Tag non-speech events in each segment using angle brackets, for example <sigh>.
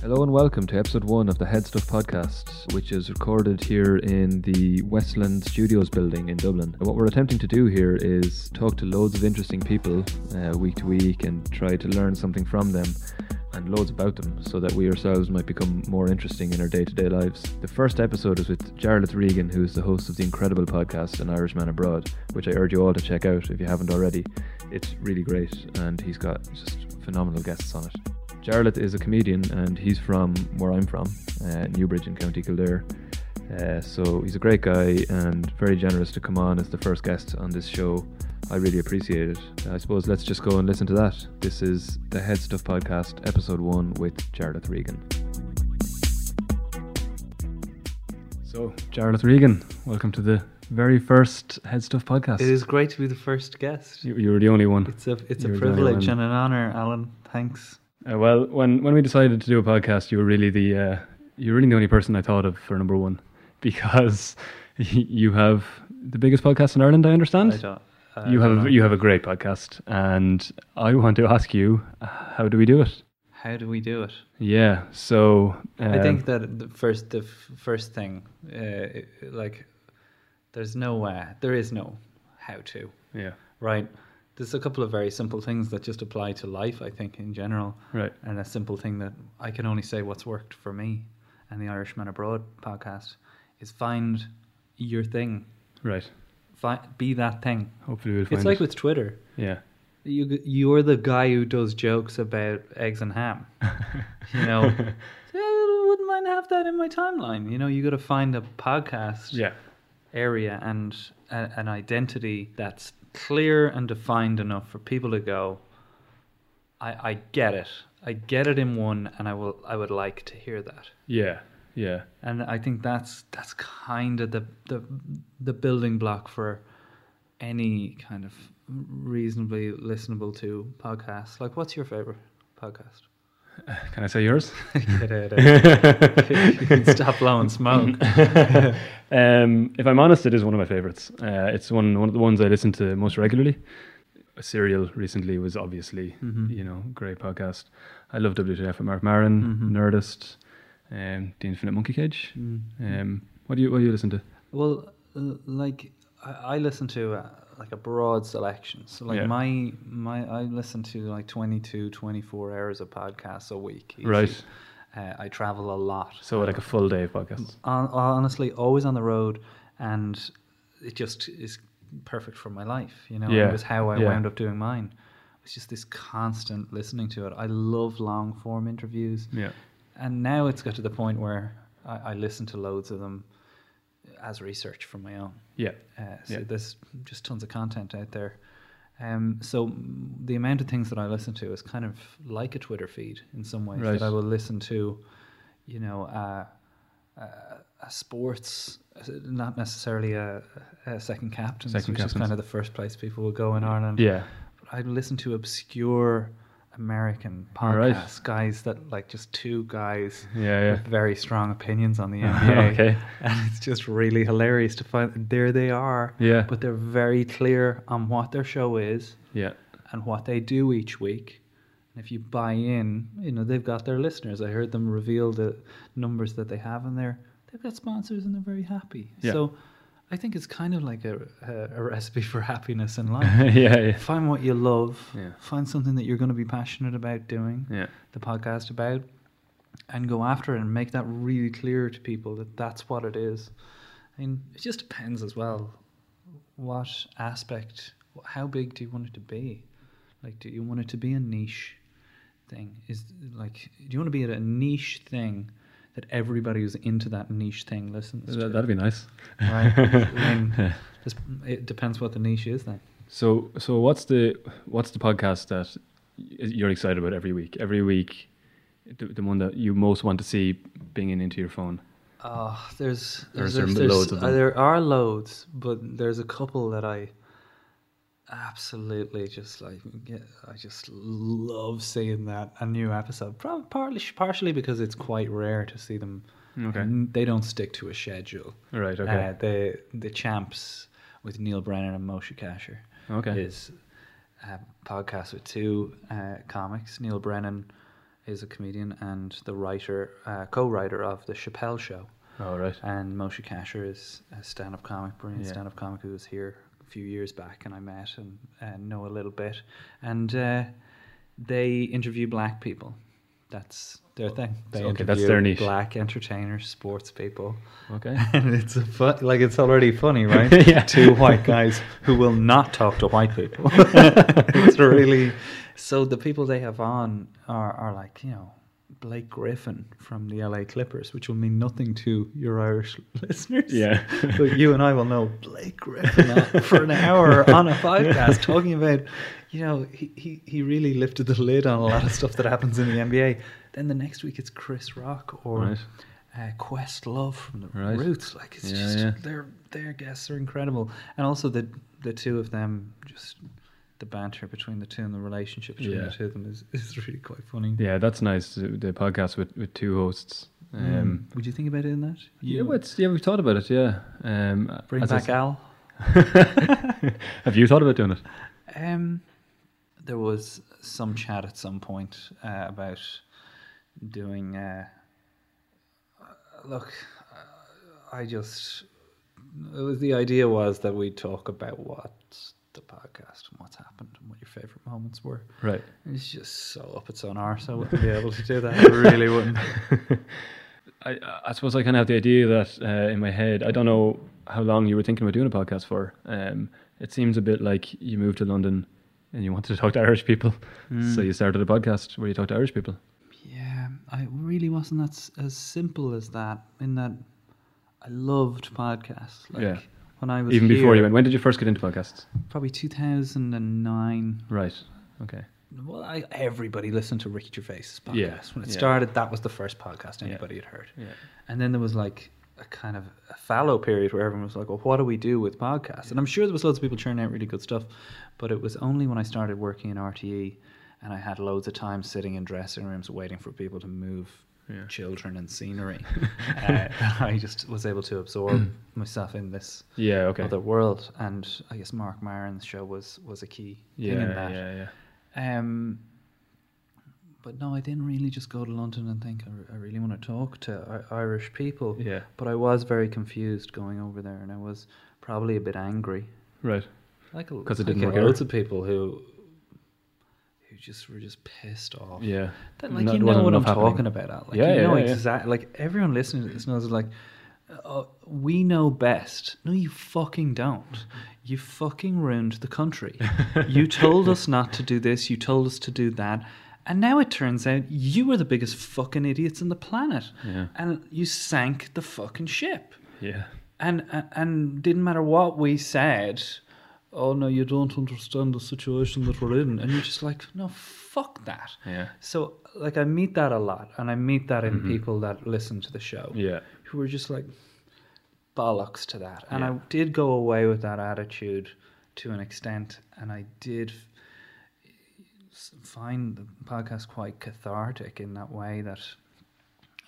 Hello and welcome to episode one of the Head Stuff podcast, which is recorded here in the Westland Studios building in Dublin. And What we're attempting to do here is talk to loads of interesting people uh, week to week and try to learn something from them and loads about them so that we ourselves might become more interesting in our day to day lives. The first episode is with Jarlath Regan, who is the host of the incredible podcast An Irishman Abroad, which I urge you all to check out if you haven't already. It's really great and he's got just phenomenal guests on it. Jarlath is a comedian and he's from where I'm from, uh, Newbridge in County Kildare. Uh, so he's a great guy and very generous to come on as the first guest on this show. I really appreciate it. I suppose let's just go and listen to that. This is the Head Stuff Podcast, Episode 1 with Jarlath Regan. So, Jarlath Regan, welcome to the very first Head Stuff Podcast. It is great to be the first guest. You, you were the only one. It's a it's a You're the privilege one. and an honor, Alan. Thanks. Uh, well, when when we decided to do a podcast, you were really the uh, you were really the only person I thought of for number one <laughs> because <laughs> you have the biggest podcast in Ireland. I understand. I don't, uh, I you don't have know. a, you have a great podcast, and I want to ask you, uh, how do we do it? How do we do it? Yeah. So I um, think that the first the f- first thing, uh, it- like, there's no uh, there is no how to Yeah. right. There's a couple of very simple things that just apply to life, I think, in general, Right. and a simple thing that I can only say what's worked for me, and the Irishman Abroad podcast is find your thing, Right. Fi- be that thing. Hopefully we'll find It's like it. with Twitter. <laughs> yeah. You you're the guy who does jokes about eggs and ham. You know, So I wouldn't mind have that in my timeline. You know, you got to find a podcast Yeah. area and a, an identity that's clear and defined enough for people to go. I I get it. I get it in one, and I will. I would like to hear that. Yeah. Yeah. And I think that's that's kind of the the the building block for any kind of reasonably listenable to podcast. Like, what's your favorite podcast? <laughs> Can I say yours? <laughs> Get out of here. You can Stop <laughs> blowing smoke. um, if I'm honest, it is one of my favorites. Uh, it's one one of the ones I listen to most regularly. Serial recently was obviously Mhm. you know great podcast. I love WTF with Mark Maron, Mhm. Nerdist, um, the Infinite Monkey Cage. Mm. Um, what do you what do you listen to? Well, l- like I, I listen to uh, like a broad selection. So like Yeah. my my I listen to like 22, 24 hours of podcasts a week. easy. Right, Uh, I travel a lot. so like a full day of podcasts. Hon- honestly always on the road and it just is perfect for my life you know Yeah, it was how i yeah. wound up doing mine it's just this constant listening to it i love long form interviews Yeah, and now it's got to the point where i, I listen to loads of them as research for my own yeah, uh, so Yeah. there's just tons of content out there um, so mm, the amount of things that I listen to is kind of like a Twitter feed in some ways. Right. That I will listen to, you know, uh, uh, a sports, not necessarily a, a second captain, Second which is captains. kind of the first place people will go in Ireland. yeah. But I listen to obscure American All right. podcasts, guys that like just two guys Yeah, with very strong opinions on <laughs> the yeah. <laughs> NBA okay. and it's just really hilarious to find there they are Yeah. but they're very clear on what their show is Yeah. and what they do each week and if you buy in you know they've got their listeners i heard them reveal the numbers that they have in there they've got sponsors and they're very happy Yeah. so i think it's kind of like a, a, a recipe for happiness in <laughs> <laughs> life yeah, yeah, find what you love Yeah. find something that you're going to be passionate about doing yeah. the podcast about and go after it and make that really clear to people that that's what it is. I mean, it just depends as well what aspect, how big do you want it to be? Like, do you want it to be a niche thing? Is like, do you want to be at a niche thing that everybody who's into that niche thing listens to? That, that'd be nice. <laughs> right? I mean, just, it depends what the niche is then. So, so what's the what's the podcast that y- you're excited about every week? Every week, the, the one that you most want to see binging into your phone. Oh, there's Or is there's, there there's- loads of them? uh, there are loads, but there's a couple that I absolutely just like. Get, I just love seeing that a new episode. Probably partly partially because it's quite rare to see them. and they don't stick to a schedule. All right. Uh, Okay. the the champs with Neil Brennan and Moshe Kasher okay. um, is a podcast with two uh, comics, Neil Brennan, is a comedian and the writer, uh, co-writer of the Chappelle Show. All right. And Moshe Kasher is a stand-up comic, brilliant Yeah. stand-up comic who was here a few years back, and I met and, and know a little bit. And uh, they interview black people. That's their thing. They Okay, that's interview their niche. Black entertainers, sports people, <laughs> Okay. and it's a fun, like it's already funny, right? Yeah. Two white guys who will not talk to white people. <laughs> it's really so the people they have on are are like you know Blake Griffin from the LA Clippers, which will mean nothing to your Irish <laughs> listeners. Yeah. but you and I will know Blake Griffin on- for an hour on <laughs> a podcast talking about, you know, he, he, he really lifted the lid on a lot of stuff that happens in the NBA. Then the next week it's Chris Rock or Right. uh, Quest Love from the Right. Roots. Like it's Yeah, just yeah. their their guests are incredible, and also the the two of them just the banter between the two and the relationship between Yeah. the two of them is, is really quite funny. Yeah, that's nice. The the podcast with, with two hosts. Um, Um, Would you think about it in that? yeah, well, it's- yeah, we've thought about it. Yeah. Um, bring as I back Al. s- <laughs> Have you thought about <laughs> doing it? Um, there was some chat at some point uh, about doing. Uh, look, I just it was the idea was that we talk about what the podcast and what's happened and what your favorite moments were. Right. It's just so up its own arse. I wouldn't be able to do that. <laughs> I really wouldn't. I, I suppose I kind of have the idea that uh, in my head. I don't know how long you were thinking about doing a podcast for. Um, it seems a bit like you moved to London and you wanted to talk to Irish people, Hmm. so you started a podcast where you talk to Irish people. Yeah, I really wasn't that s- as simple as that. In that, I loved podcasts. Like Yeah. when I was Even before you here, went, when did you first get into podcasts? probably 2009. Right. Okay. Well, I, everybody listened to Ricky Gervais' podcast. Yeah, When it yeah. started, that was the first podcast Yeah. anybody had heard. Yeah. And then there was like a kind of a fallow period where everyone was like, well, what do we do with podcasts? And I'm sure there was loads of people churning out really good stuff, but it was only when I started working in RTE and I had loads of time sitting in dressing rooms waiting for people to move Yeah. children and <laughs> scenery uh, that I just was able to absorb myself in this Yeah. Okay. other world. And I guess Mark Maron's show was, was a key yeah, thing in that. yeah. Yeah. Um, but no, I didn't really just go to London and think I, re- I really want to talk to I- Irish people. Yeah. But I was very confused going over there, and I was probably a bit angry, Right. like 'Cause it didn't like work out. loads of people who who just were just pissed off. Yeah. That, like Not- you know wasn't what I'm enough happening. talking about. Al. Like, Yeah, you yeah, know yeah, yeah. exactly. Like everyone listening to this knows. Like, oh, we know best. No, you fucking don't. You fucking ruined <laughs> the country. you told us not to do this. You told us to do that. And now it turns out you were the biggest fucking idiots on the planet. Yeah. And you sank the fucking ship Yeah. and and- and didn't matter what we said. Oh no, you don't understand the situation that we're in, and you're just like, no, fuck that. Yeah. So like, I meet that a lot, and I meet that in people that listen to the show, Yeah. who are just like bollocks to that. And Yeah. I did go away with that attitude to an extent, and I did s- find the podcast quite cathartic in that way that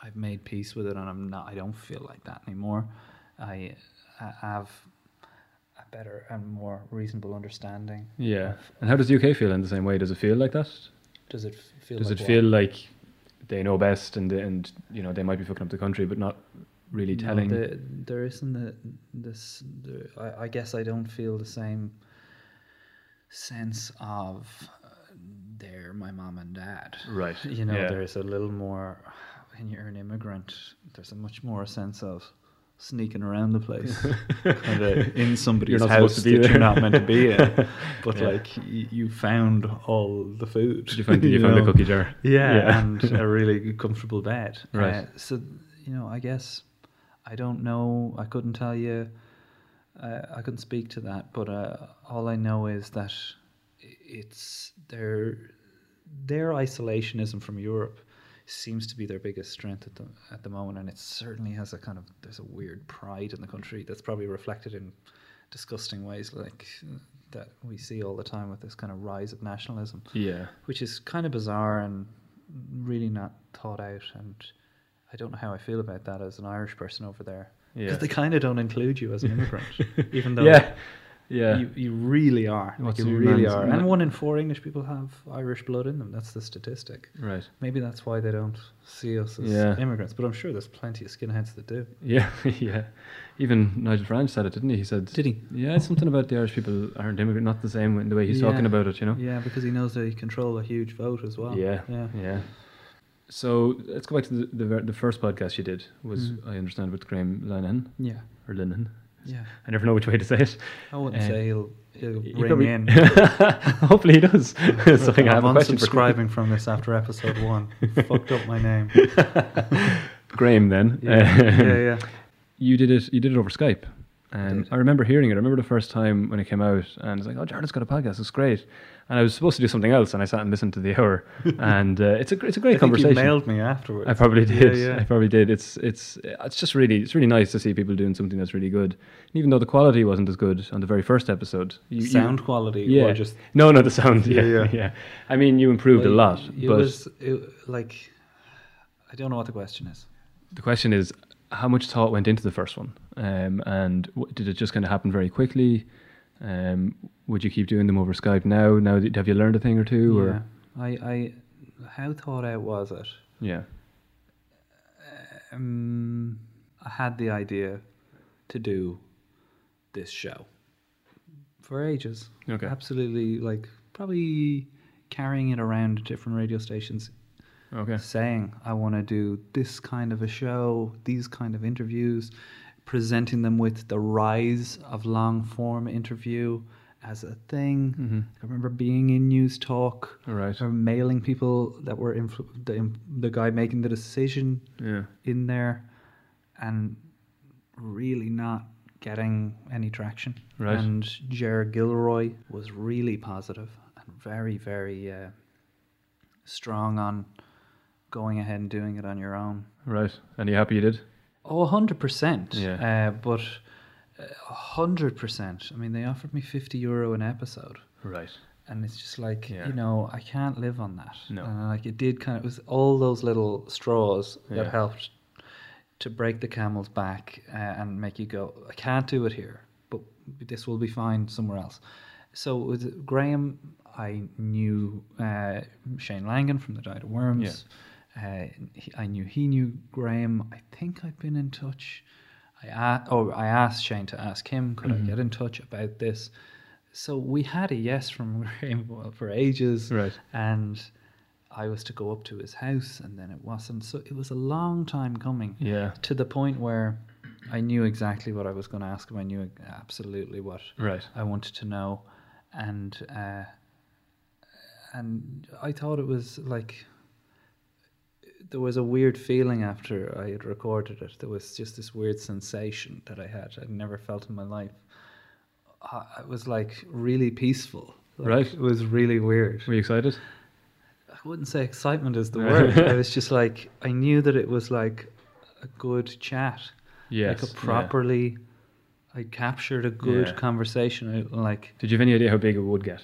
I've made peace with it, and I'm not. I don't feel like that anymore. I, I have a better and more reasonable understanding. Yeah. And how does the UK feel in the same way? Does it feel like that? Does it f- feel? Does like it what? feel like they know best and and you know they might be fucking up the country, but not really No, telling? the- there isn't the this. The, I, I guess I don't feel the same sense of uh, they're my mom and dad. Right. <laughs> You know, Yeah. there's a little more when you're an immigrant. There's a much more sense of sneaking around the <laughs> place, kind of in somebody's You're not supposed house to be that there. you're not meant to be in. <laughs> But Yeah. like y- you found all the food. You <laughs> found, you found know? the cookie jar. yeah, <laughs> and a really comfortable bed. Right. Uh, so, you know, I guess I don't know. I couldn't tell you. Uh, I couldn't speak to that, but uh, all I know is that i- it's their their isolationism from Europe seems to be their biggest strength at the at the moment, and it certainly has a kind of there's a weird pride in the country that's probably reflected in disgusting ways like uh, that we see all the time with this kind of rise of nationalism <laughs> yeah. which is kind of bizarre and really not thought out. And I don't know how I feel about that as an Irish person over there. Yeah. <laughs> Because they kind of don't include you as an immigrant, even though Yeah. <laughs> Yeah. You, you really are. Like, What's you your really man's- are. man- And one in four English people have Irish blood in them. That's the statistic. right. Maybe that's why they don't see us as Yeah. immigrants. But I'm sure there's plenty of skinheads that do. Yeah, <laughs> yeah. Even Nigel Farage said it, didn't he? He said, Did he? Yeah, it's something about the Irish people aren't immigrant, not the same in the way he's Yeah. talking about it, you know? Yeah, because he knows they control a huge vote as well. Yeah, Yeah. yeah. So let's go back to the the, ver- the first podcast you did was Mm. I understand with Graham Lennon Yeah. or Lennon. Yeah. I never know which way to say it. I wouldn't Uh, say he'll he'll You ring probably- in. <laughs> Hopefully he does. so <laughs> I can have I'm a question for unsubscribing from this after episode <laughs> one. Fucked up my name. Graham. Then Yeah, <laughs> yeah, yeah. you did it. You did it over Skype, and did. I remember hearing it. I remember the first time when it came out, and it's like, "Oh, Jared's got a podcast. It's great." And I was supposed to do something else, and I sat and listened to the <laughs> hour, and uh, it's a gr- it's a great I conversation. Think you mailed me afterwards. I probably did. Yeah, I yeah. probably did. It's it's it's just really it's really nice to see people doing something that's really good. And even though the quality wasn't as good on the very first episode, you, you- Sound quality yeah, or just no, no, the sound, yeah, yeah. Yeah, yeah. I mean, you improved a Well, lot, It but was it, like I don't know what the question is. the question is, how much thought went into the first one, um, and w- did it just kind of happen very quickly? Um, would you keep doing them over Skype now? Now, that- have you learned a thing or two? Or Yeah. I, I how thought out was it? yeah, Um, I had the idea to do this show for ages. okay, Absolutely, like probably carrying it around to different radio stations okay, saying I want to do this kind of a show, these kind of interviews, presenting them with the rise of long form interview as a thing. Mhm. I remember being in News Talk, all right, I remember mailing people that were influ- the im- the guy making the decision yeah, in there, and really not getting any traction. Right. And Jared Gilroy was really positive and very, very uh, strong on going ahead and doing it on your own. right. And you happy you did? Oh, 100%. Yeah. Uh, but uh, 100%. I mean, they offered me 50 euro an episode. Right. And it's just like, Yeah. you know, I can't live on that. No. And like it did kind of, it was all those little straws Yeah. that helped to break the camel's back uh, and make you go, I can't do it here, but this will be fine somewhere else. So with Graham, I knew uh, Shane Langan from the Diet of Worms. Uh, he, I knew he knew Graham. I think I'd been in touch. I a- oh, I asked Shane to ask him, could I get in touch about this? So we had a yes from <laughs> Graham well, for ages, Right. and I was to go up to his house, and then it wasn't. So it was a long time coming Yeah. to the point where I knew exactly what I was going to ask him. I knew absolutely what Right. I wanted to know, and uh, and I thought it was like there was a weird feeling after I had recorded it. There was just this weird sensation that I had I'd never felt in my life. I, it was like really peaceful. Like, Right. It was really weird. Were you excited? I wouldn't say excitement is the word. I was just like I knew that it was like a good chat Yes. like a yeah. properly i captured a good Yeah. conversation I, like Did you have any idea how big it would get?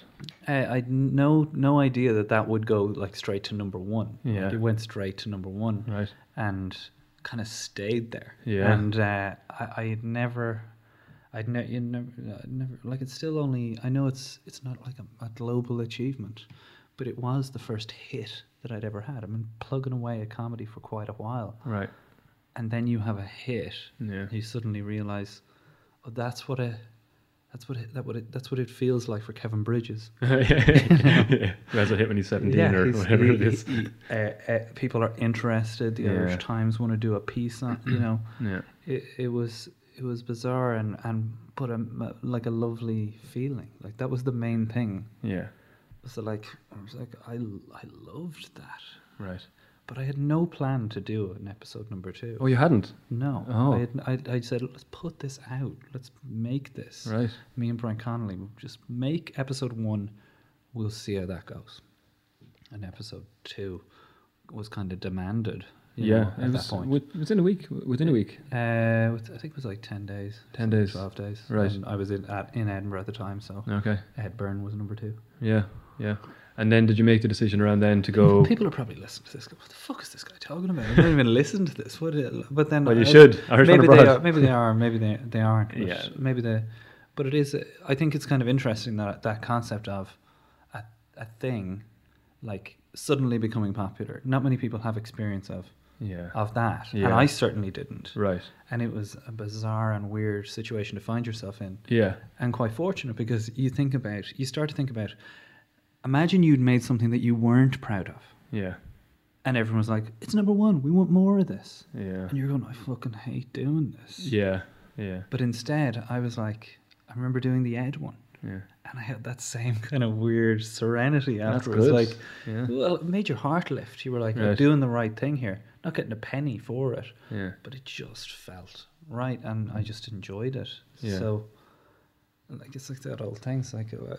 i i no no idea that that would go like straight to number one Like, Yeah. it went straight to number one Right. and kind of stayed there Yeah. and uh i i had never I'd never, you never, I'd never, like it's still only. I know it's it's not like a, a global achievement, but it was the first hit that I'd ever had. I've been plugging away at comedy for quite a while, <laughs> Right. and then you have a hit, Yeah. you suddenly realize, oh, that's what a, that's what it, that what it, that's what it feels like for Kevin Bridges. yeah. Who has a hit when he's 17 or he's- whatever he- it is. he- uh, uh, people are interested. The Yeah. Irish Times want to do a piece on, you <clears throat> know, Yeah. it, it was it was bizarre and and but a, like a lovely feeling. Like that was the main thing. Yeah. So like I was like I I loved that, Right. but I had no plan to do an episode number two. Oh, you hadn't? No, Oh. I, had, I, I said let's put this out. Let's make this. Right. me and Brian Connolly will just make episode one. We'll see how that goes. And episode two was kind of demanded. you know, Yeah. at It was that point. wi- within a week. Within a week. uh, with- I think it was like ten days, 10 days. twelve days. Right. And I was in at, in Edinburgh at the time, so Okay. Ed Byrne was number two. Yeah. Yeah. And then did you make the decision around then to <laughs> go? <laughs> People are probably listening to this. Go, what the fuck is this guy talking about? I don't even listen to this. What? But then, Well, you I- should. Irish on maybe they abroad. are. Maybe they are. Maybe they they aren't. but Yeah. Maybe they. But it is. I think it's kind of interesting that that concept of a, a thing like suddenly becoming popular. Not many people have experience of Yeah. of that, and Yeah. I certainly didn't. Right. And it was a bizarre and weird situation to find yourself in, Yeah. and quite fortunate because you think about, you start to think about. Imagine you'd made something that you weren't proud of, Yeah. and everyone was like, "It's number one. We want more of this." Yeah. And you're going, I fucking hate doing this. Yeah. Yeah. But instead, I was like, I remember doing the Ed one, Yeah. and I had that same kind of weird serenity That's afterwards. good. Like, yeah. well, it made your heart lift. You were like, I'm Right. doing the right thing here, not getting a penny for it, Yeah. but it just felt right, and I just enjoyed it. Mm. Yeah. So, like, it's like that old thing. It's like, uh,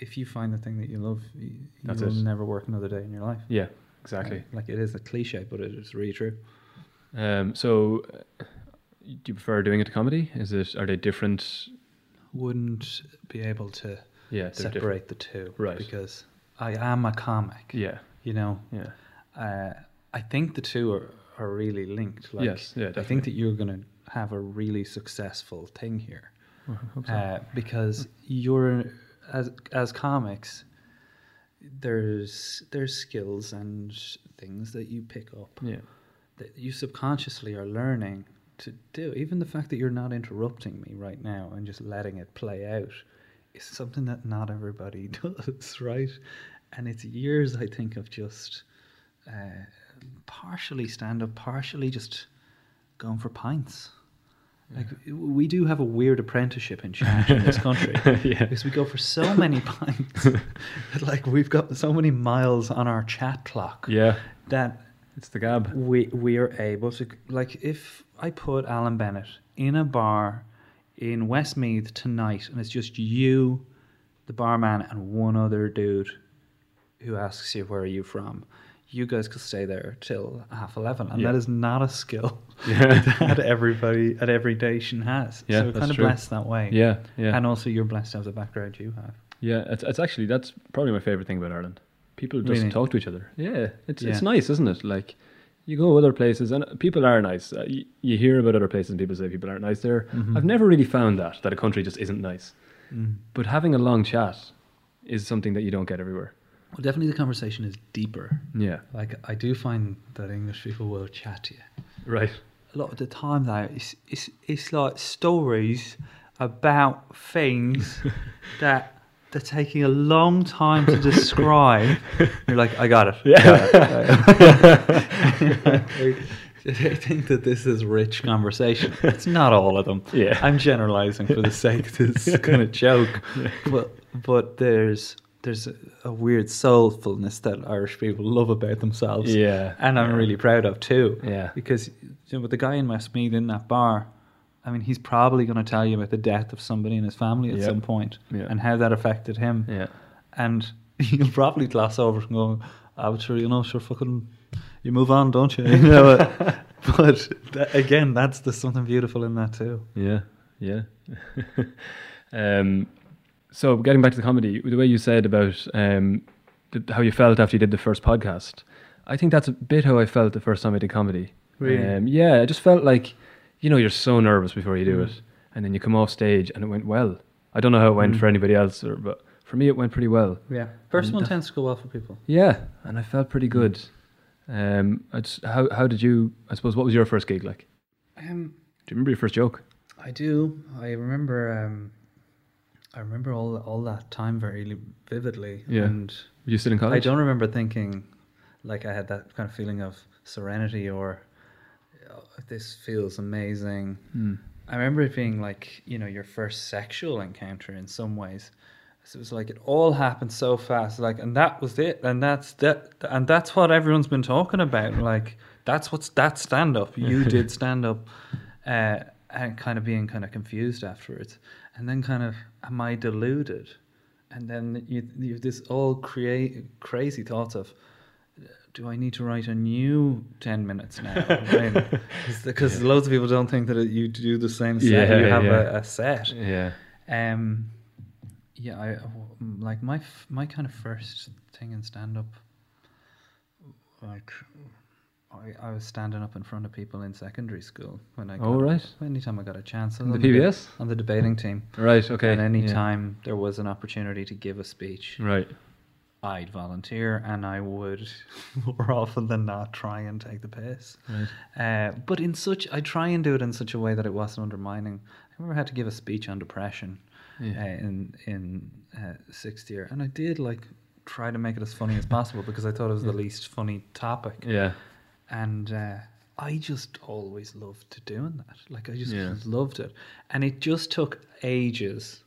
if you find the thing that you love, you, you That's will it. never work another day in your life. Yeah. Exactly. Like, it is a cliche, but it is really true. Um, so, uh, do you prefer doing it to comedy? Is it? Are they different? Wouldn't be able to. Yeah. They're different. separate the two, Right. Because I am a comic. Yeah. You know, Yeah. uh, I think the two are, are really linked. Like, Yes, yeah, I think that you're going to have a really successful thing here Well, I hope so. uh, because you're as as comics. There's there's skills and things that you pick up yeah. that you subconsciously are learning to do. Even the fact that you're not interrupting me right now and just letting it play out is something that not everybody <laughs> does, right? And it's years, I think, of just uh, partially stand up, partially just going for pints. Like w- we do have a weird apprenticeship in charge in this country <laughs> yeah. because we go for so <laughs> many <laughs> pints that like we've got so many miles on our chat clock Yeah. that It's the gab. we we are able to like if I put Alan Bennett in a bar in Westmeath tonight, and it's just you, the barman, and one other dude who asks you where are you from. You guys could stay there till half eleven, and Yeah. that is not a skill <laughs> Yeah. <laughs> that everybody at every nation has. Yeah, so we're that's kind of true. blessed that way. Yeah. Yeah. and also you're blessed to have the background you have. Yeah, it's, it's actually that's probably my favorite thing about Ireland. People just Really? talk to each other. Yeah, it's Yeah. it's nice, isn't it? Like you go other places and people are nice. Uh, you, you hear about other places and people say people aren't nice there. Mm-hmm. I've never really found that that a country just isn't nice. But having a long chat is something that you don't get everywhere. Well, definitely the conversation is deeper. Yeah, Like I do find that English people will chat to you. right. a lot of the time though it's it's, it's like stories about things <laughs> that they're taking a long time to <laughs> describe you're like i got it yeah <laughs> <laughs> i think that this is rich conversation it's not all of them Yeah. i'm generalizing for the sake of this <laughs> kind of joke but but there's there's a- a weird soulfulness that irish people love about themselves Yeah, and i'm really proud of too Yeah. because you know, with the guy in Westmead in that bar, I mean, he's probably going to tell you about the death of somebody in his family at Yep. some point Yeah. and how that affected him. yeah, And <laughs> you'll probably gloss over it and go, "Oh, sure, you know, sure, fucking, you move on, don't you?" <laughs> you know, but- but that, again, that's there's something beautiful in that too. yeah, yeah. <laughs> um, so getting back to the comedy, the way you said about um, th- how you felt after you did the first podcast, I think that's a bit how I felt the first time I did comedy. Really? Um, yeah, I just felt like, you know, you're so nervous before you do Mm. it, and then you come off stage and it went well. I don't know how it Mm. went for anybody else, or, but for me, it went pretty well. Yeah, first Mm, one def- tends to go well for people. Yeah, and I felt Mm. pretty good. Um, I just, how how did you? I suppose what was your first gig like? Um, Do you remember your first joke? I do. I remember. Um, I remember all all that time very vividly. Yeah. And Were you still in college? I don't remember thinking like I had that kind of feeling of serenity or "Oh, this feels amazing. Hmm. I remember it being like, you know, your first sexual encounter in some ways. So it was like it all happened so fast, like, and that was it, and that's that, and that's what everyone's been talking about. Like, that's what's that stand up. You did stand up, uh, and kind of being kind of confused afterwards, and then kind of, am I deluded? And then you you have this all create crazy thoughts of, do I need to write a new 10 minutes <laughs> now? Because loads of people don't think that you do the same set. Yeah, you have yeah. a, a set. Yeah. Um, yeah, I, like my f- my kind of first thing in stand up, like I, I was standing up in front of people in secondary school when I. Got, Oh, right. Anytime I got a chance. I was The on deb- PBS? on the debating team. Right. Okay. And any yeah. time there was an opportunity to give a speech, Right. I'd volunteer, and I would <laughs> more often than not try and take the piss. Right. Uh, but in such, I try and do it in such a way that it wasn't undermining. I remember I had to give a speech on depression Yeah. uh, in in uh, sixth year, and I did like try to make it as funny as possible because I thought it was the least funny topic, <laughs> Yeah. and uh, I just always loved doing that. Like I just Yeah. loved it, and it just took ages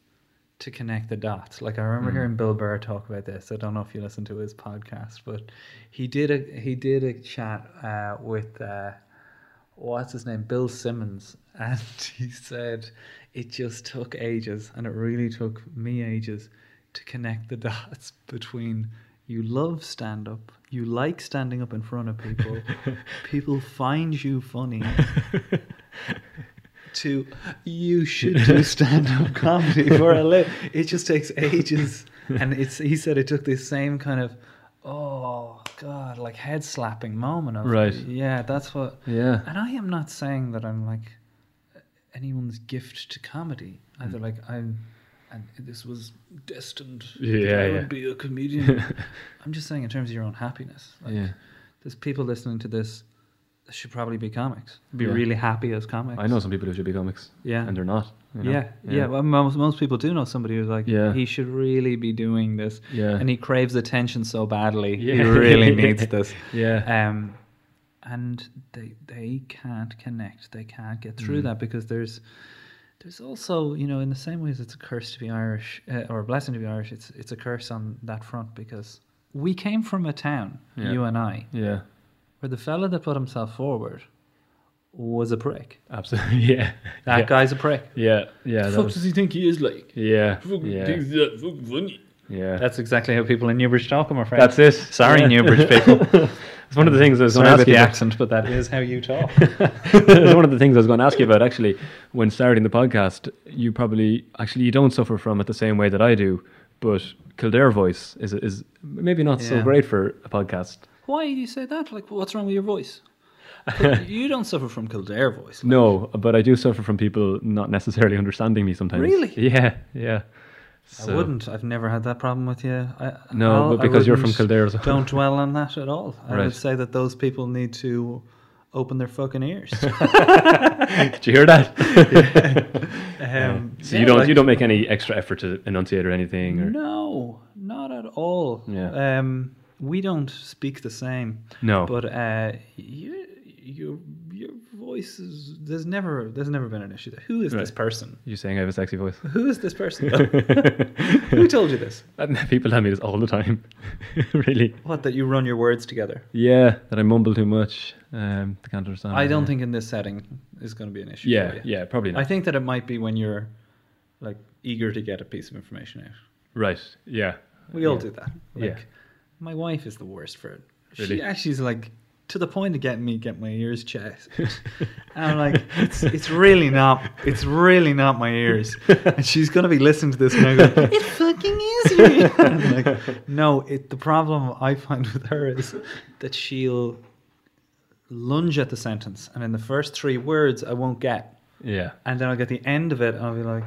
to connect the dots. Like I remember hearing Bill Burr talk about this. I don't know if you listen to his podcast, but he did a he did a chat uh, with uh, what's his name, Bill Simmons, <laughs> and he said it just took ages, and it really took me ages to connect the <laughs> dots between you love stand up, you like standing up in front <laughs> of people, people find you funny to you should do stand <laughs> up comedy for a live. It just takes ages. And it's he said it took this same kind of oh god, like head slapping moment of Right. Yeah, that's what Yeah. and I am not saying that I'm like anyone's gift to comedy. Mm. Either like I'm and this was destined that Yeah, I yeah. would be <laughs> a comedian. I'm just saying in terms of your own happiness. Like, Yeah. there's people listening to this that should probably be comics. Be Yeah. really happy as comics. I know some people who should be comics. Yeah. And they're not. you know? Yeah, yeah. Well, most, most people do know somebody who's like, Yeah. he should really be doing this, Yeah. and he craves attention so badly. He Yeah. really <laughs> needs this. Yeah. Um, and they they can't connect. They can't get through Mm. that because there's there's also you know in the same way as it's a curse to be Irish uh, or a blessing to be Irish, it's it's a curse on that front because we came from a town, Yeah. you and I, Yeah. where the fella that put himself forward was a prick. Absolutely. <laughs> Yeah. That yeah. guy's a prick. Yeah. Yeah. That was, he think he is like? yeah. yeah. Yeah. Yeah. That's exactly how people in Newbridge talk, I'm afraid. That's it. Sorry, Yeah. Newbridge people. <laughs> It's one of the things I was going Sorry to ask about the you. <laughs> about. accent, but that is how you <laughs> talk. That's one of the things I was going to ask you about actually when starting the podcast. You probably actually you don't suffer from it the same way that I do, but Kildare voice is is maybe not so Yeah. great for a podcast. Why do you say that? Like, what's wrong with your voice? <laughs> Like, you don't suffer from Kildare voice. like. No, but I do suffer from people not necessarily understanding me sometimes. Really? Yeah, yeah. I So- wouldn't. I've never had that problem with you. I, No, I'll- but I because you're from wouldn't- Kildare as well. <laughs> Don't dwell on that at all. I Right. would say that those people need to open their fucking <laughs> ears. <laughs> Did you hear <laughs> that? Um, So yeah, you don't like- you don't make any extra effort to enunciate or anything or No, not at all. Yeah. Oh. Um, we don't speak the same. No. But uh, you, your your voice is there's never there's never been an issue there. Who is this Right. person? you saying I have a sexy voice. <laughs> Who is this person? Who told you this? And People tell me this all the time. <laughs> really. What that you run your words together? Yeah, that I mumble too much. Um, I can't understand. I it, don't yeah. think in this setting is going to be an issue. Yeah, for you. yeah, probably not. I think that it might be when you're like eager to get a piece of information out. right. Yeah. We all Yeah. do that. Yeah. Like, My wife is the worst for it. Really? She actually's like to the point of getting me get my ears checked. and <laughs> <laughs> I'm like, it's it's really not it's really not my ears. And she's gonna be listening to this and I go, It fucking is you <laughs> I'm like, No, it the problem I find with her is that she'll lunge at the sentence and in the first three words I won't get. Yeah. And then I'll get the end of it and I'll be like,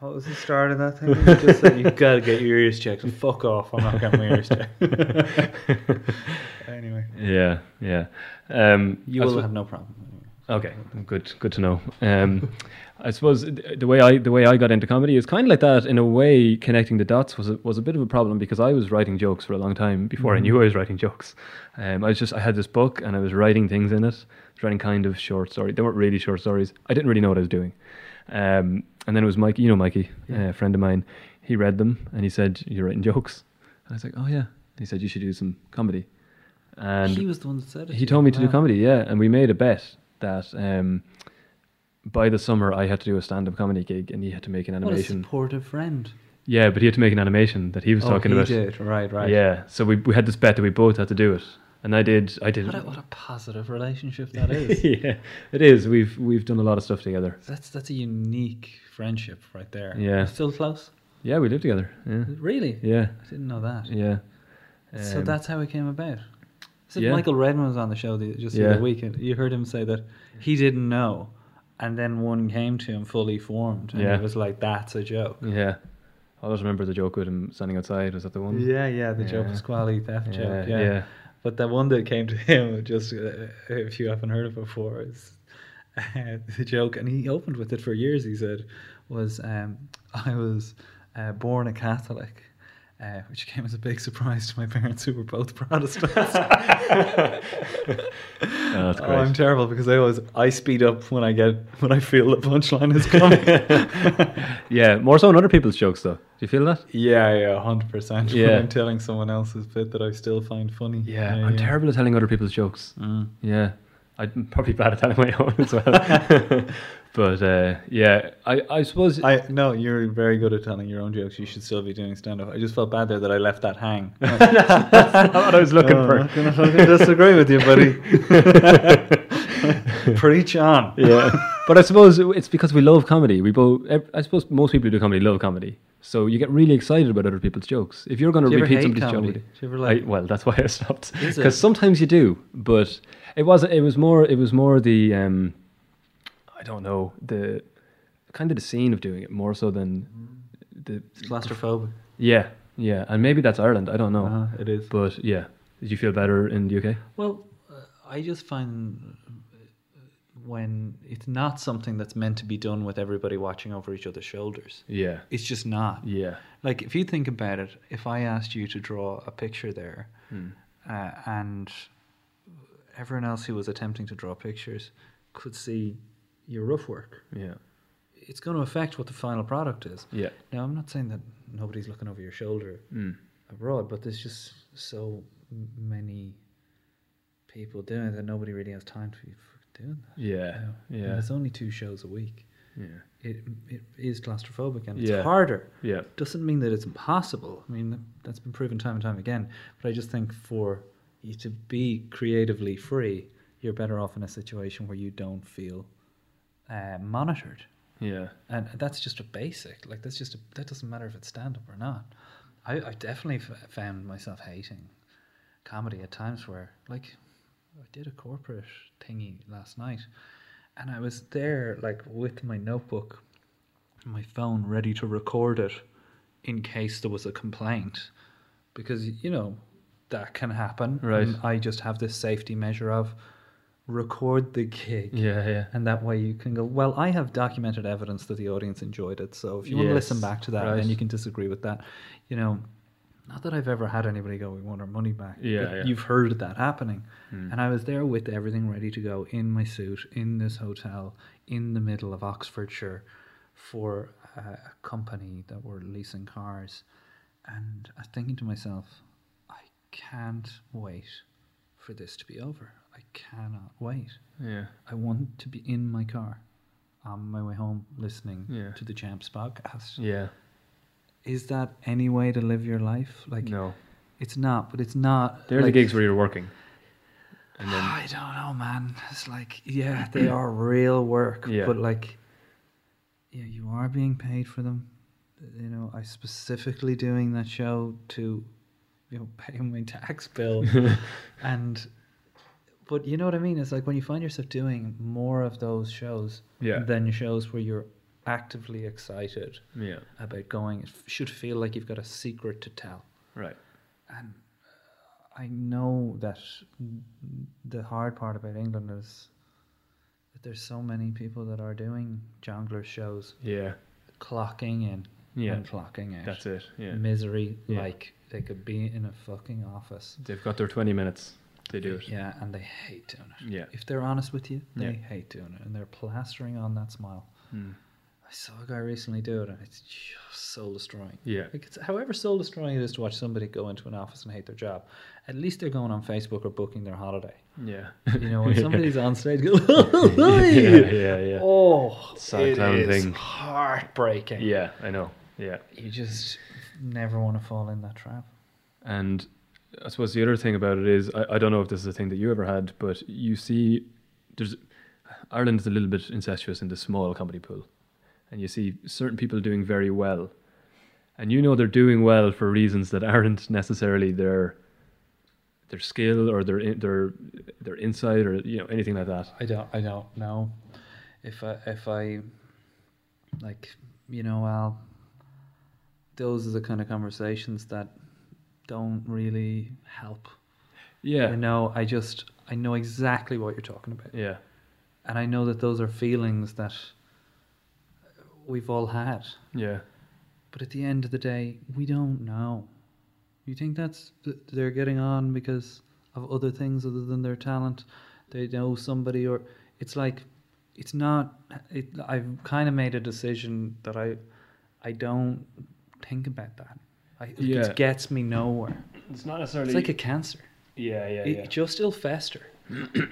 what was the start of that thing? It was just that you gotta get your ears checked. Fuck off, I'm not getting my ears <laughs> checked. anyway. Yeah. Yeah. Um, You I will suppo- have no problem. Okay, good, good to know. Um, I suppose th- the way I the way I got into comedy is kind of like that in a way. Connecting the dots was a, was a bit of a problem because I was writing jokes for a long time before I knew I was writing jokes. Um, I was just I had this book and I was writing things in it, I was writing kind of short stories. They weren't really short stories. I didn't really know what I was doing. Um, and then it was Mikey, you know Mikey, a friend of mine. He read them and he said, "You're writing jokes." I was like, "Oh yeah." He said, "You should do some comedy." And he was the one that said it. he told me to do Wow. comedy, yeah, and we made a bet that um, by the summer I had to do a stand-up comedy gig, and he had to make an What a animation. supportive friend. Yeah, but he had to make an animation that he was talking Oh, he about. did. Right, right. Yeah, so we we had this bet that we both had to do it, and I did. I did. What a, <laughs> what a positive relationship that is. yeah, it is. We've we've done a lot of stuff together. that's that's a unique friendship right there. Yeah. Still close? Yeah, we live together. Yeah, Really? yeah, I didn't know that. yeah. so Um, that's how it came about. Is it Yeah. Michael Redmond was on the show the, just the Yeah. other weekend? You heard him say that he didn't know, and then one came to him fully formed, and Yeah. he was like, "That's a joke." Yeah. I always remember the joke with him standing outside. Was that the one? Yeah, yeah, the Joe Yeah. Pasquale theft joke. yeah. Yeah. but the one that came to <laughs> him, just uh, if you haven't heard it before, is uh, <laughs> the joke, and he opened with it for years. He said, "Was um, I was uh, born a Catholic." Uh, which came as a big surprise to my parents, who were both Protestants. Oh, that's Oh, I'm great. terrible because I always I speed up when I get when I feel the punchline is coming. <laughs> yeah, more so in other people's jokes though. Do you feel that? yeah, yeah, hundred percent. <laughs> Yeah. When I'm telling someone else's bit that I still find funny. I'm terrible at telling other people's jokes. Mm. Yeah, I'm probably bad at telling my own as <laughs> well. <laughs> but uh, yeah, I, I suppose I no, you're very good at telling your own jokes. You should still be doing stand up. I just felt bad there that I left that <laughs> hang. <laughs> Oh. that's not what I was looking No, Oh, I'm for. not gonna fucking disagree with you, <laughs> buddy. Preach on. yeah, but I suppose it's because we love comedy. We both, ev- I suppose, most people who do comedy love comedy. So you get really excited about other people's jokes. If you're going Do to you ever repeat hate somebody's comedy? joke, Do you ever like- I, well, that's why I stopped. Is it? Because sometimes you do, but it was it was more it was more the um, I don't know the kind of the scene of doing it more so than the Claustrophobic. Yeah, yeah, and maybe that's Ireland. I don't know, Uh, it is. but yeah, did you feel better in the UK? Well, uh, I just find uh, when it's not something that's meant to be done with everybody watching over each other's shoulders. Yeah, It's just not. yeah, Like, if you think about it, if I asked you to draw a picture there Hmm. uh, and everyone else who was attempting to draw pictures could see your rough work, yeah, it's going to affect what the final product is. yeah, Now, I'm not saying that nobody's looking over your shoulder mm. abroad, but there's just so m- many people doing it that nobody really has time to be f- doing that. yeah, you know? yeah, And it's only two shows a week. yeah, It it is claustrophobic and it's Yeah. harder. yeah. Doesn't mean that it's impossible. I mean that- that's been proven time and time again. But I just think for you to be creatively free, you're better off in a situation where you don't feel uh, monitored yeah. and that's just a basic like that's just a, that doesn't matter if it's stand up or not i, I definitely f- found myself hating comedy at times where like i did a corporate thingy last night and i was there like with my notebook and my phone ready to record it in case there was a complaint because you know that can happen Right. and i just have this safety measure of record the gig Yeah, yeah. and that way you can go, well, I have documented evidence that the audience enjoyed it. So if you want to listen Yes, back to that, right. then you can disagree with that. You know, not that I've ever had anybody go, we want our money back. Yeah, Hmm. but yeah. You've heard that happening. And I was there with everything ready to go in my suit, in this hotel, in the middle of Oxfordshire for a, a company that were leasing cars. And I was thinking to myself, I can't wait for this to be over. I cannot wait. Yeah, I want to be in my car on my way home listening Yeah. to the Champs podcast. yeah. Is that any way to live your life? Like, no, it's not, but it's not. they're the like- gigs where you're working, and then <sighs> I don't know, man. It's like, <clears throat> yeah, they are real work, Yeah. but like, yeah, you are being paid for them. You know, I specifically doing that show to, you know, <laughs> pay my tax <laughs> bill, and, but you know what I mean. It's like when you find yourself doing more of those shows Yeah. than shows where you're actively excited yeah, about going. It f- should feel like you've got a secret to tell right. and uh, I know that the hard part about England is that there's so many people that are doing jongler shows, Yeah, clocking in yeah. and clocking out. That's it. Yeah, Misery, Yeah. like they could be in a fucking office. they've got their 20 minutes. They do it. Yeah, and they hate doing it. Yeah. If they're honest with you, they Yeah. hate doing it, and they're plastering on that smile. Mm. I saw a guy recently do it, and it's just soul destroying. Yeah. Like it's, however soul destroying it is to watch somebody go into an office and hate their job, at least they're going on Facebook or booking their holiday. Yeah. You know, when somebody's on stage, go, <laughs> yeah, yeah, yeah. oh, Sad it clown is thing. heartbreaking. Yeah, I know. Yeah. You just never want to fall in that trap. And I suppose the other thing about it is, I, I don't know if this is a thing that you ever had, but you see, there's Ireland is a little bit incestuous in the small comedy pool, and you see certain people doing very well, and you know they're doing well for reasons that aren't necessarily their their skill or their in, their their insight or you know anything like that. I don't I don't know if I if I like you know Al those are the kind of conversations that don't really help. I Yeah, know I just I know exactly what you're talking about. yeah, And I know that those are feelings that we've all had. yeah, But at the end of the day, we don't know. You think that's th- they're getting on because of other things other than their talent? They know somebody, or it's like it's not. It, I've kind of made a decision that I I don't think about that. I, Yeah. It gets me nowhere. It's not necessarily. It's like a cancer. yeah, yeah, It, just it'll <clears throat> fester.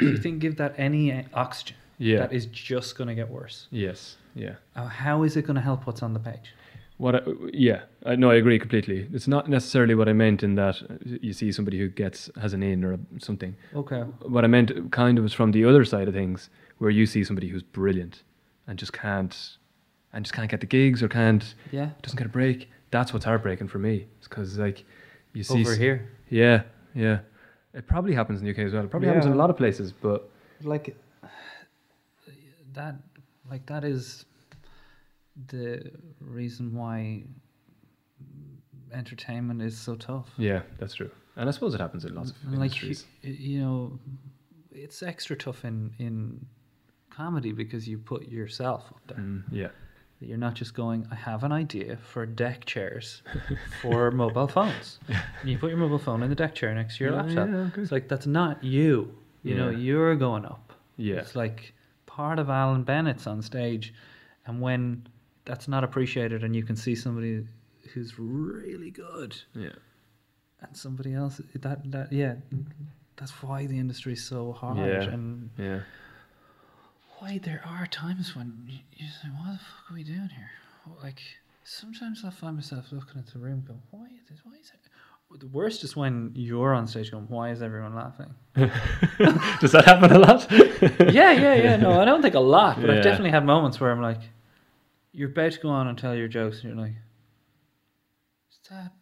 you think give that any uh, oxygen, yeah. that is just going to get worse. yes, yeah. Uh, How is it going to help what's on the page? What? I, yeah, I, no, I agree completely. It's not necessarily what I meant in that uh, you see somebody who gets has an in or a- something. Okay. What I meant kind of was from the other side of things, where you see somebody who's brilliant and just can't, and just can't get the gigs or can't Yeah. doesn't get a break. That's what's heartbreaking for me. It's because like you see, Over s- here. yeah, yeah. It probably happens in the UK as well. It probably happens in a Yeah. lot of places, but like that like that is the reason why entertainment is so tough yeah, that's true. And I suppose it happens in lots of And like you, industries. you know it's extra tough in in comedy because you put yourself up there Mm, yeah, you're not just going i have an idea for <laughs> deck chairs for mobile phones and you put your mobile phone in the deck chair next to your Yeah, laptop yeah, okay. it's like that's not you you know Yeah. you're going up yeah, It's like part of Alan Bennett's on stage, and when that's not appreciated, and you can see somebody who's really good yeah. and somebody else that that yeah, that's why the industry is so hard, Yeah. and yeah. <laughs> why there are times when you, you say, "What the fuck are we doing here?" Like sometimes I find myself looking at the room, going, "Why is this? Why is it?" The worst is when you're on stage going, "Why is everyone laughing?" Does that happen a lot? <laughs> yeah, yeah, yeah. No, I don't think a lot, but Yeah. I've definitely had moments where I'm like, you're about to go on and tell your jokes, and you're like, is that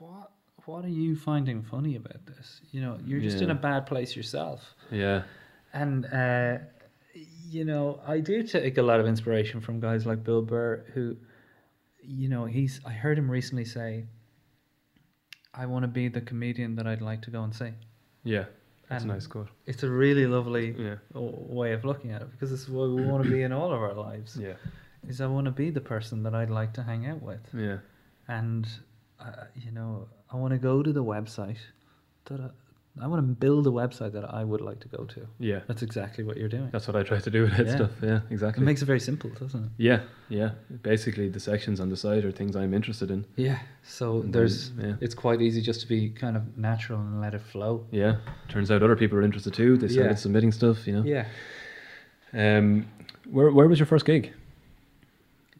what? What are you finding funny about this? You know, you're just in Yeah. a bad place yourself, yeah, and uh, you know, I do take a lot of inspiration from guys like Bill Burr, who, you know, he's. I heard him recently say, "I want to be the comedian that I'd like to go and see." yeah. That's And a nice quote. It's a really lovely Yeah, w- way of looking at it because it's what we want to be in all of our lives yeah, is i want to be the person that i'd like to hang out with yeah, and uh, you know i want to go to the website that I, I want to build a website that i would like to go to yeah. that's exactly what you're doing That's what I try to do with that Yeah. stuff. Yeah, it exactly. makes it very simple doesn't it yeah, yeah. Basically, the sections on the site are things I'm interested in. yeah so And there's then, yeah. it's quite easy just to be kind of natural and let it flow Yeah. Turns out other people are interested too. They started Yeah. submitting stuff. You know. yeah Um, where where was your first gig?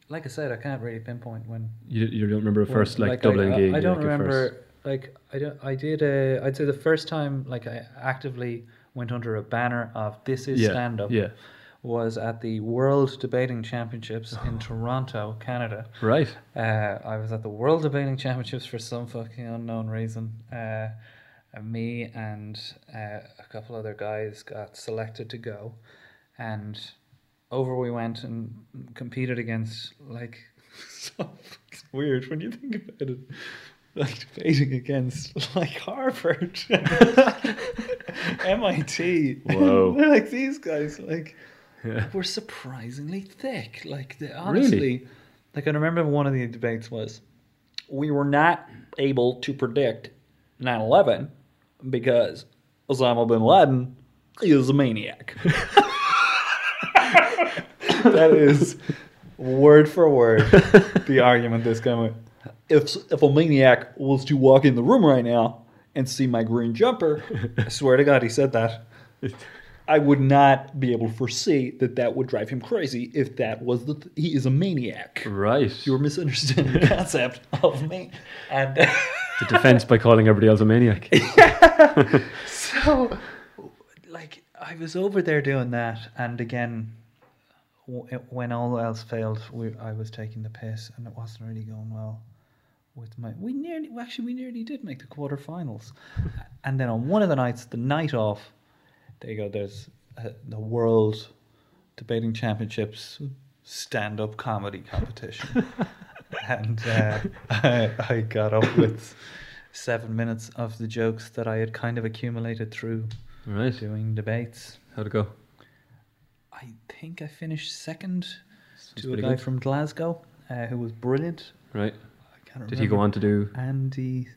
like i said i can't really pinpoint when You, you don't remember a Well, first like, I- Dublin I, gig? I don't like, your first- remember. Like I don't. I did. A, I'd say the first time like I actively went under a banner of this is yeah, stand up Yeah. was at the World Debating Championships in Toronto, Canada. Right. Uh, I was at the World Debating Championships for some fucking unknown reason. Uh, and me and uh, a couple other guys got selected to go, and over we went and competed against like <laughs> so it's weird when you think about it. Like debating against like Harvard, <laughs> MIT. Whoa. They're <laughs> like these guys, like Yeah. were surprisingly thick. Like the, Really? honestly, like I remember one of the debates was we were not able to predict 9/11 because Osama bin Laden is <laughs> a maniac. that is word for word the argument this guy went. If if a maniac was to walk in the room right now and see my green jumper, I swear to God, he said that. I would not be able to foresee that that would drive him crazy if that was the. Th- he is a maniac. Right. <laughs> You were misunderstanding <laughs> the concept of me. And the defense by calling everybody else a maniac. <laughs> so, like, I was over there doing that. And again, w- when all else failed, we, I was taking the piss and it wasn't really going well. with my. We nearly, well, actually, we nearly did make the quarterfinals, <laughs> and then on one of the nights, the night off, there you go. There's uh, the world debating championships stand-up comedy competition, and uh, I, I got up with seven minutes of the jokes that I had kind of accumulated through Right. doing debates. How'd it go? I think I finished second Sounds to a pretty guy good. from Glasgow uh, who was brilliant. Right. I can't remember. Did he go on to do? Andy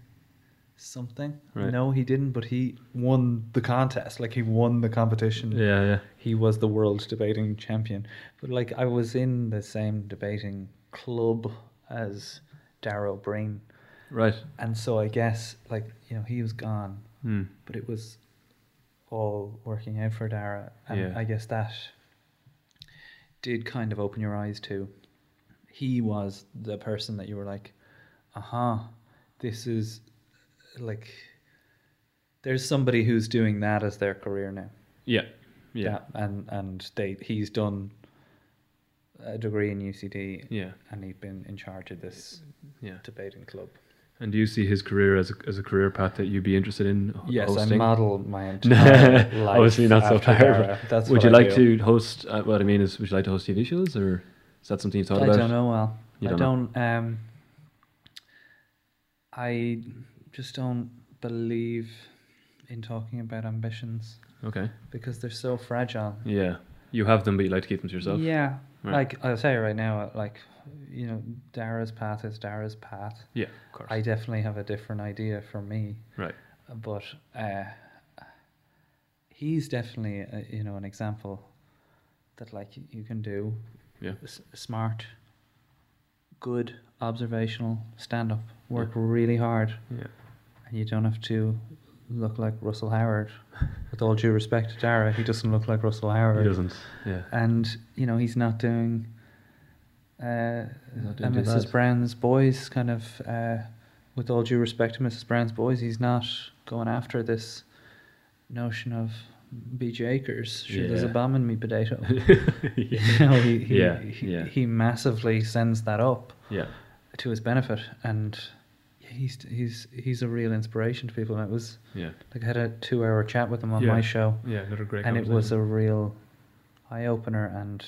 something. Right. No, he didn't, but he won the contest. Like, he won the competition. Yeah, yeah. He was the world debating champion. But, like, I was in the same debating club as Darrow Breen. Right. And so I guess, like, you know, he was gone, Hmm. but it was all working out for Dara. And Yeah. I guess that did kind of open your eyes to he was the person that you were like, aha, uh-huh, this is like there's somebody who's doing that as their career now. Yeah. Yeah. And and they he's done a degree in UCD Yeah. and he'd been in charge of this Yeah. debating club. And do you see his career as a, as a career path that you'd be interested in? ho- Yes, I hosting? model <laughs> my entire life. Obviously not so after far, Dara. That's Would what you I like do. to host? Uh, what I mean is, would you like to host TV shows, or is that something you thought I about? don't know. Al. You I don't know. don't. Um, I just don't believe in talking about ambitions Okay. because they're so fragile. Yeah, you have them, but you like to keep them to yourself. Yeah, Right. like I'll tell you right now, like you know, Dara's path is Dara's path. Yeah, of course. I definitely have a different idea for me, right. but uh, he's definitely uh you know an example that like you- you can do Yeah. s- smart, good, observational, stand up, work really hard, Yeah. and you don't have to look like Russell Howard. With all due respect to Dara, he doesn't look like Russell Howard. He doesn't. Yeah. And, you know, he's not doing, uh, He's not a doing too Mrs. bad. Brown's Boys kind of, uh, with all due respect to Mrs. Brown's Boys, he's not going after this notion of BJ Acres. Sure, there's a Yeah. bomb in <laughs> me potato. <laughs> yeah. You know, he, he, Yeah, he, yeah. he massively sends that up <laughs> Yeah. to his benefit, and he's he's he's a real inspiration to people. And it was Yeah. like I had a two-hour chat with him on Yeah. my show, Yeah. Another great. and it was a real eye opener. And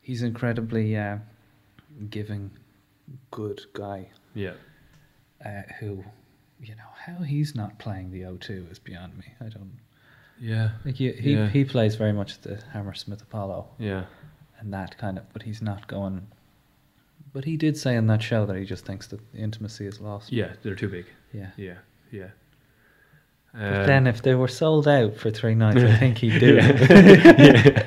he's incredibly uh, giving, good guy Yeah. uh, who, you know, how he's not playing the O2 is beyond me. I don't Yeah. like he he, Yeah. he plays very much the Hammersmith Apollo Yeah. and that kind of but he's not going but he did say in that show that he just thinks that the intimacy is lost Yeah. They're too big. yeah Yeah. Yeah. but Um, then if they were sold out for three nights <laughs> i think he'd do yeah.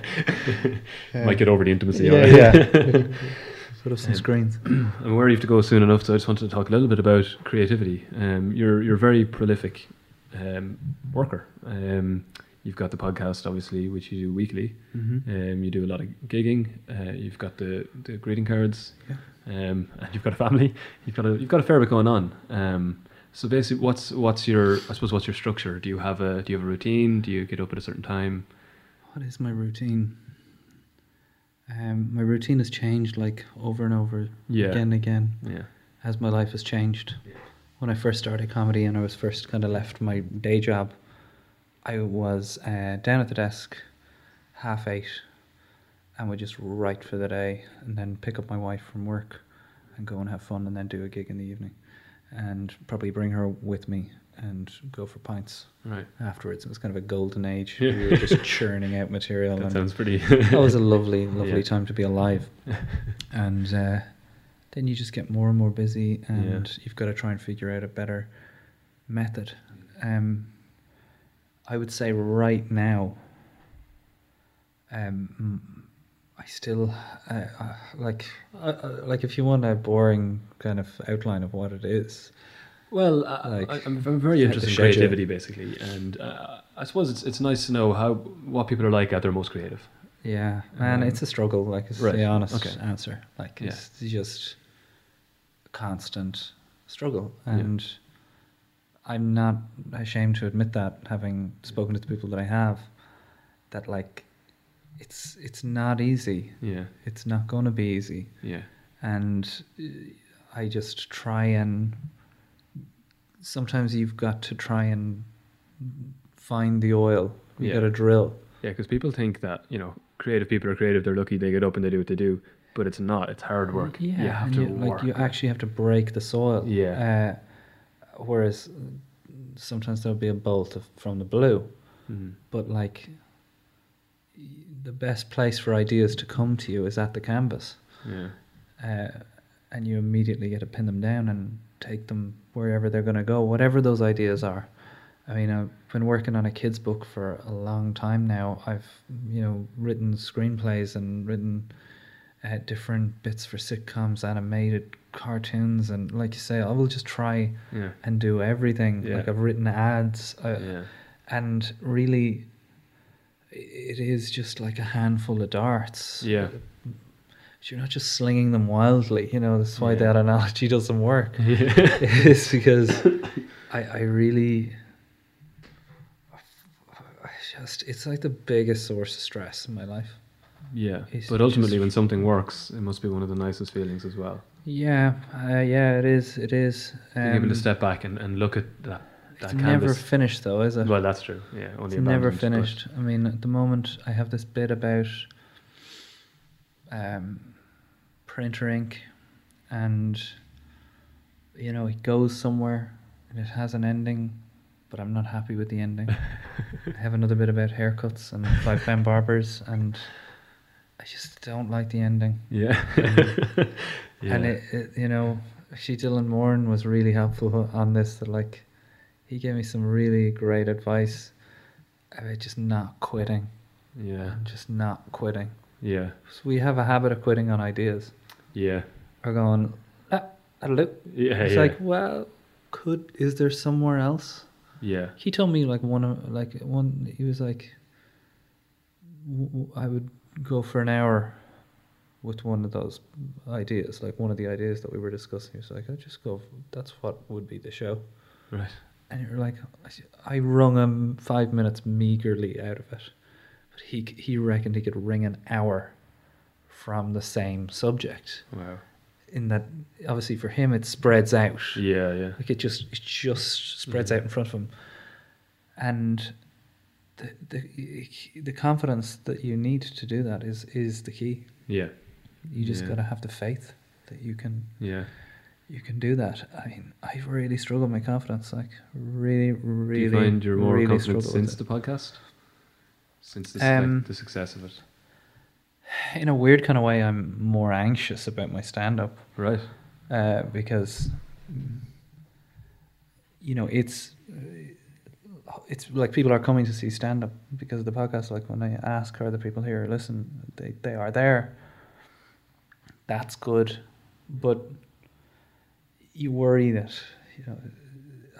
<laughs> yeah. Might get over the <laughs> intimacy. all right. <laughs> put up some some screens I'm aware you have to go soon enough, so I just wanted to talk a little bit about creativity. Um, you're you're a very prolific um, worker. Um, you've got the podcast, obviously, which you do weekly. Mm-hmm. Um, you do a lot of gigging. Uh, you've got the, the greeting cards. Yeah. Um, and you've got a family. You've got a you've got a fair bit going on. Um, so basically, what's what's your I suppose what's your structure? Do you have a do you have a routine? Do you get up at a certain time? what is my routine um, my routine has changed like over and over Yeah. again and again Yeah. as my life has changed. When I first started comedy and I was first kind of left my day job, I was uh, down at the desk half eight and would just write for the day and then pick up my wife from work and go and have fun and then do a gig in the evening and probably bring her with me and go for pints Right. afterwards. It was kind of a golden age. Yeah. We were just churning <laughs> out material. That and sounds pretty. <laughs> <laughs> that was a lovely, lovely Yeah. time to <laughs> be alive. and uh, then you just get more and more busy, and you've got to try and figure out a better method. Um, I would say right now, um, I still uh, uh, like uh, uh, like if you want a boring kind of outline of what it is. Well, I Like, I, I'm, I'm very set interested the in schedule. creativity, basically, and uh, I suppose it's it's nice to know how what people are like at their most creative. Yeah, man, Um, it's a struggle. Like, it's right, the honest okay. answer. Like, Yeah. it's just constant struggle, Yeah. and I'm not ashamed to admit that, having spoken to the people that I have, that like, it's it's not easy. Yeah, It's not going to be easy, yeah, and uh, I just try and sometimes you've got to try and find the oil. You Yeah. got to drill. Yeah, because people think that you know, creative people are creative. They're lucky they get up and they do what they do, but it's not. It's hard work. Mm, Yeah, you have and to you- work. like you actually have to break the soil. Yeah. Uh, whereas sometimes there'll be a bolt of, from the blue, Mhm. but like y- the best place for ideas to come to you is at the canvas, yeah. uh, and you immediately get to pin them down and take them wherever they're going to go, whatever those ideas are. I mean, I've been working on a kids' book for a long time now. I've, you know, written screenplays and written uh, different bits for sitcoms, animated cartoons, and like you say, I will just try Yeah. and do everything. Yeah. Like I've written ads, uh, yeah. and really, it is just like a handful of darts. Yeah. You're not just slinging them wildly, you know. That's why Yeah. that analogy doesn't work. <laughs> Yeah. <laughs> it's because I, I really I just it's like the biggest source of stress in my life. Yeah. It's But ultimately, when something works, it must be one of the nicest feelings as well. Yeah, uh, yeah, it is. It is. Being able to um, step back and, and look at that that it's never canvas. finished though, is it? well, that's true. Yeah. Only it's never abandoned, but- finished. I mean, at the moment, I have this bit about um, printer ink, and you know, it goes somewhere and it has an ending, but I'm not happy with the <laughs> ending. I have another bit about haircuts and five pound barbers, and I just don't like the ending. Yeah. yeah. <laughs> And it, it, you know, actually Dylan Moran was really helpful on this. That like, he gave me some really great advice about just not quitting, yeah. and just not quitting. Yeah. 'Cause we have a habit of quitting on ideas. Yeah. Or going, ah, that'll do. Yeah. it's yeah. like, well, could is there somewhere else? yeah. He told me like one of like one. He was like, w- w- I would go for an hour with one of those ideas, like one of the ideas that we were discussing. He was like, I just go. That's what would be the show. Right. And you're like, I wrung him five minutes meagerly out of it, but he c- he reckoned he could wring an hour from the same subject. Wow. In that, obviously for him, it spreads out. Yeah. Yeah. Like it just it just spreads Mhm. out in front of him, and the the the confidence that you need to do that is is the key. Yeah. You just Yeah. gotta have the faith that you can Yeah. you can do that. I mean, I really struggle with my confidence. Like really, Do really, you find you're more really confident struggle with since the podcast? Since the, Um, like, the success of it? it. In a weird kind of way, I'm more anxious about my stand up. Right. uh, because mm, you know it's uh, it's like people are coming to see stand up because of the podcast. Like when I ask are the people here listen, they they are there. That's good, but you worry that you know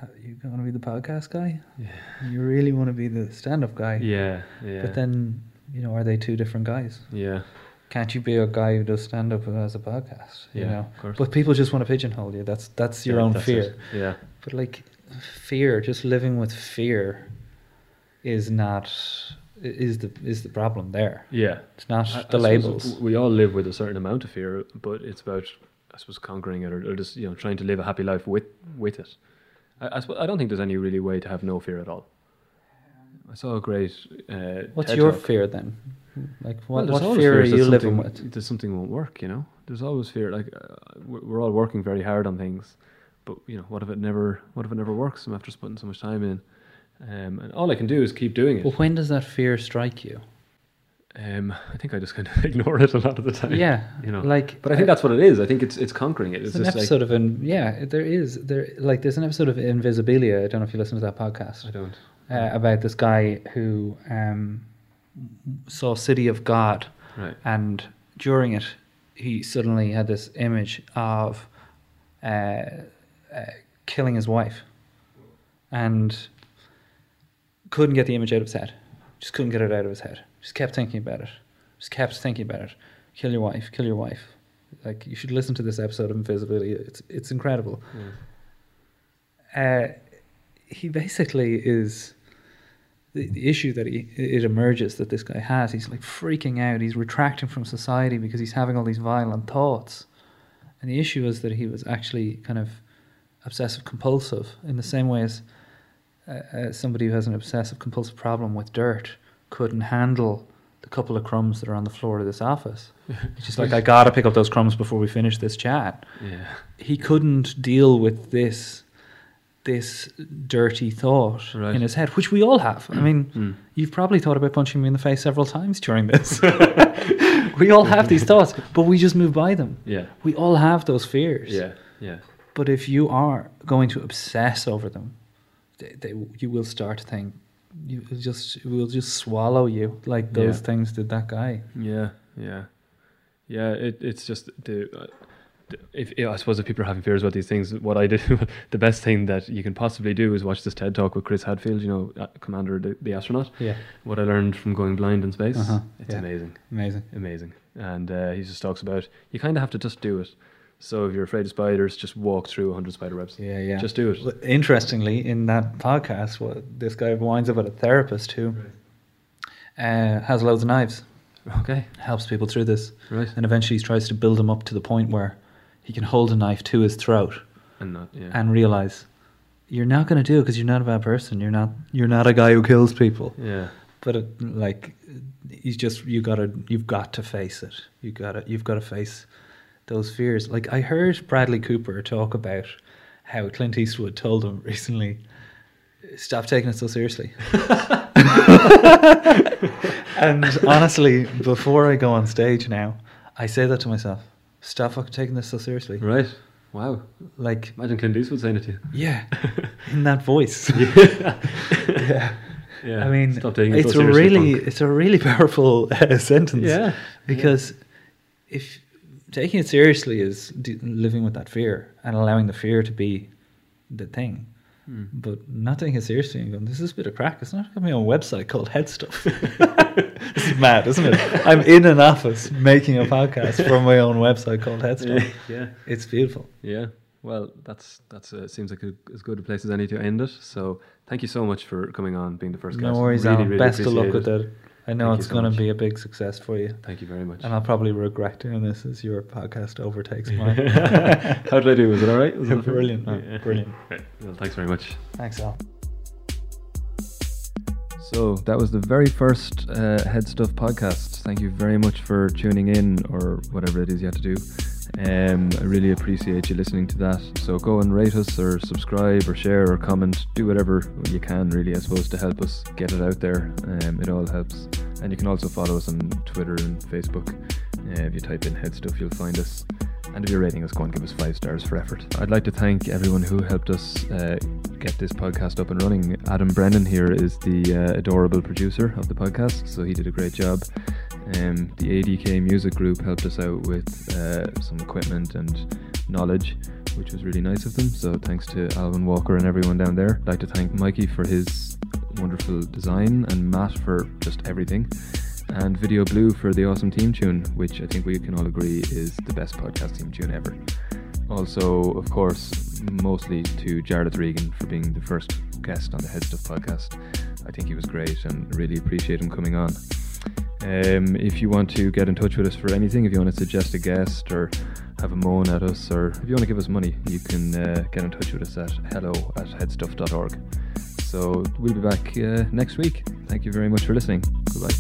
uh, you're going to be the podcast guy. Yeah. You really want to be the stand up guy. Yeah. Yeah. But then you know, are they two different guys? Yeah. Can't you be a guy who does stand up and has a podcast? You Yeah, know, of course. but people just want to pigeonhole you. That's that's your Yeah, own that's fear. it. Yeah. But like fear, just living with fear, is not i- is the is the problem there. Yeah. It's not I- I the suppose labels. w- We all live with a certain amount of fear, but it's about, I suppose, conquering it or, or just you know trying to live a happy life with with it. I, I, suppose, I don't think there's any really way to have no fear at all. I saw a great. Uh, What's TED your talk. fear then? Like Well, what, there's what always fear are fears that you living something- <laughs> with? That something won't work, you know. There's always fear. Like uh, we're we're all working very hard on things, but you know, what if it never? What if it never works? I'm after putting so much time in, um, and all I can do is keep doing it. Well, when does that fear strike you? Um, I think I just kind of <laughs> ignore it a lot of the time. Yeah, <laughs> you know. like But I think that's what it is. I think it's it's conquering it. It's There's an just like episode of in, yeah, there is there like there's an episode of Invisibilia. I don't know if you listen to that podcast. I don't. uh, about this guy who um, saw City of God, Right. and during it, he suddenly had this image of uh, uh, killing his wife, and couldn't get the image out of his head. Just couldn't get it out of his head. Just kept thinking about it. Just kept thinking about it. Kill your wife. Kill your wife. Like you should listen to this episode of Invisibility. It's it's incredible Yeah. uh, he basically is the, the issue that he it emerges that this guy has. He's like freaking out. He's retracting from society because he's having all these violent thoughts, And the issue was that he was actually kind of obsessive compulsive in the same way as uh, uh, somebody who has an obsessive compulsive problem with dirt couldn't handle the couple of crumbs that are on the floor of this office. It's just like, I gotta pick up those crumbs before we finish this chat. Yeah. He couldn't deal with this this dirty thought Right. Mm. in his head, which we all have. I mean, You've probably thought about punching me in the face several times during this. <laughs> we all have these thoughts, but we just move by them. Yeah. We all have those fears. Yeah. Yeah. But if you are going to obsess over them, they, they, you will start to think you it'll just it will just swallow you like those Yeah. things did that guy. Yeah, yeah, yeah. It it's just the. Uh, the- if, yeah, I suppose if people are having fears about these things, what I do, <laughs> the best thing that you can possibly do is watch this TED talk with Chris Hadfield, you know, uh, Commander the, the astronaut. Yeah, What I learned from going blind in space, Uh-huh, it's yeah. amazing, amazing. amazing. And uh, he just talks about you kind of have to just do it. So if you're afraid of spiders, just walk through 100 spider webs. Yeah, yeah. Just do it. Well, Interestingly, in that podcast, what this guy winds up at a therapist who uh, has loads of knives, Okay, helps people through this. right. and eventually he tries to build him up to the point where he can hold a knife to his throat And not, yeah. and realize you're not going to do it because you're not a bad person. You're not you're not a guy who kills people. yeah, But it, like he's just you got to you've got to face it. You got to you've got to face those fears. Like I heard Bradley Cooper talk about how Clint Eastwood told him recently stop taking it so seriously. <laughs> and honestly, before I go on stage now, I say that to myself. Stop fucking taking this so seriously. right. Wow. Like, Imagine Clint Eastwood saying it to you. yeah, <laughs> in that voice. yeah. Yeah. I mean, Stop taking it it's so a seriously, really, punk. it's a really <laughs> powerful uh, sentence. Yeah. Because if taking it seriously is d- living with that fear and allowing the fear to be the thing, <laughs> Hmm. but not taking it seriously and going, this is a bit of crack. It's not got me on a website called Head Stuff. <laughs> this is mad, <laughs> isn't it? <laughs> I'm in an office making a podcast from my own website called Head Stuff. <laughs> yeah. It's beautiful. Yeah. Well, that's that's uh, seems like a, as good a place as any to end it. So thank you so much for coming on, being the first guest. no worries, Really, Alan. really Best of luck appreciate with it. I know Thank you it's so going much. to be a big success for you. Thank you very much. And I'll probably regret doing this as your podcast <laughs> overtakes mine. How did I do? Was it all right? <laughs> Was it okay? Brilliant, man. Yeah. Brilliant. <laughs> Right. Well, thanks very much. Thanks, Al. So that was the very first uh, Head Stuff podcast. Thank you very much for tuning in or whatever it is you have to do. Um, I really appreciate you listening to that. So go and rate us or subscribe or share or comment. Do whatever you can, really, I suppose, to help us get it out there. Um, it all helps. And you can also follow us on Twitter and Facebook. Uh, if you type in Head Stuff, you'll find us. And if you're rating us, go and give us five stars for effort. I'd like to thank everyone who helped us uh, get this podcast up and running. Adam Brennan here is the uh, adorable producer of the podcast, so he did a great job. Um, the ADK Music Group helped us out with uh, some equipment and knowledge, which was really nice of them. So thanks to Alvin Walker and everyone down there. I'd like to thank Mikey for his wonderful design and Matt for just everything and Video Blue for the awesome team tune, which I think we can all agree is the best podcast team tune ever. Also, of course, mostly to Jared Regan for being the first guest on the Head Stuff podcast. I think he was great and really appreciate him coming on. Um, if you want to get in touch with us for anything, if you want to suggest a guest or have a moan at us, or if you want to give us money, you can uh, get in touch with us at hello at headstuff.org. So we'll be back uh, next week. Thank you very much for listening. Goodbye.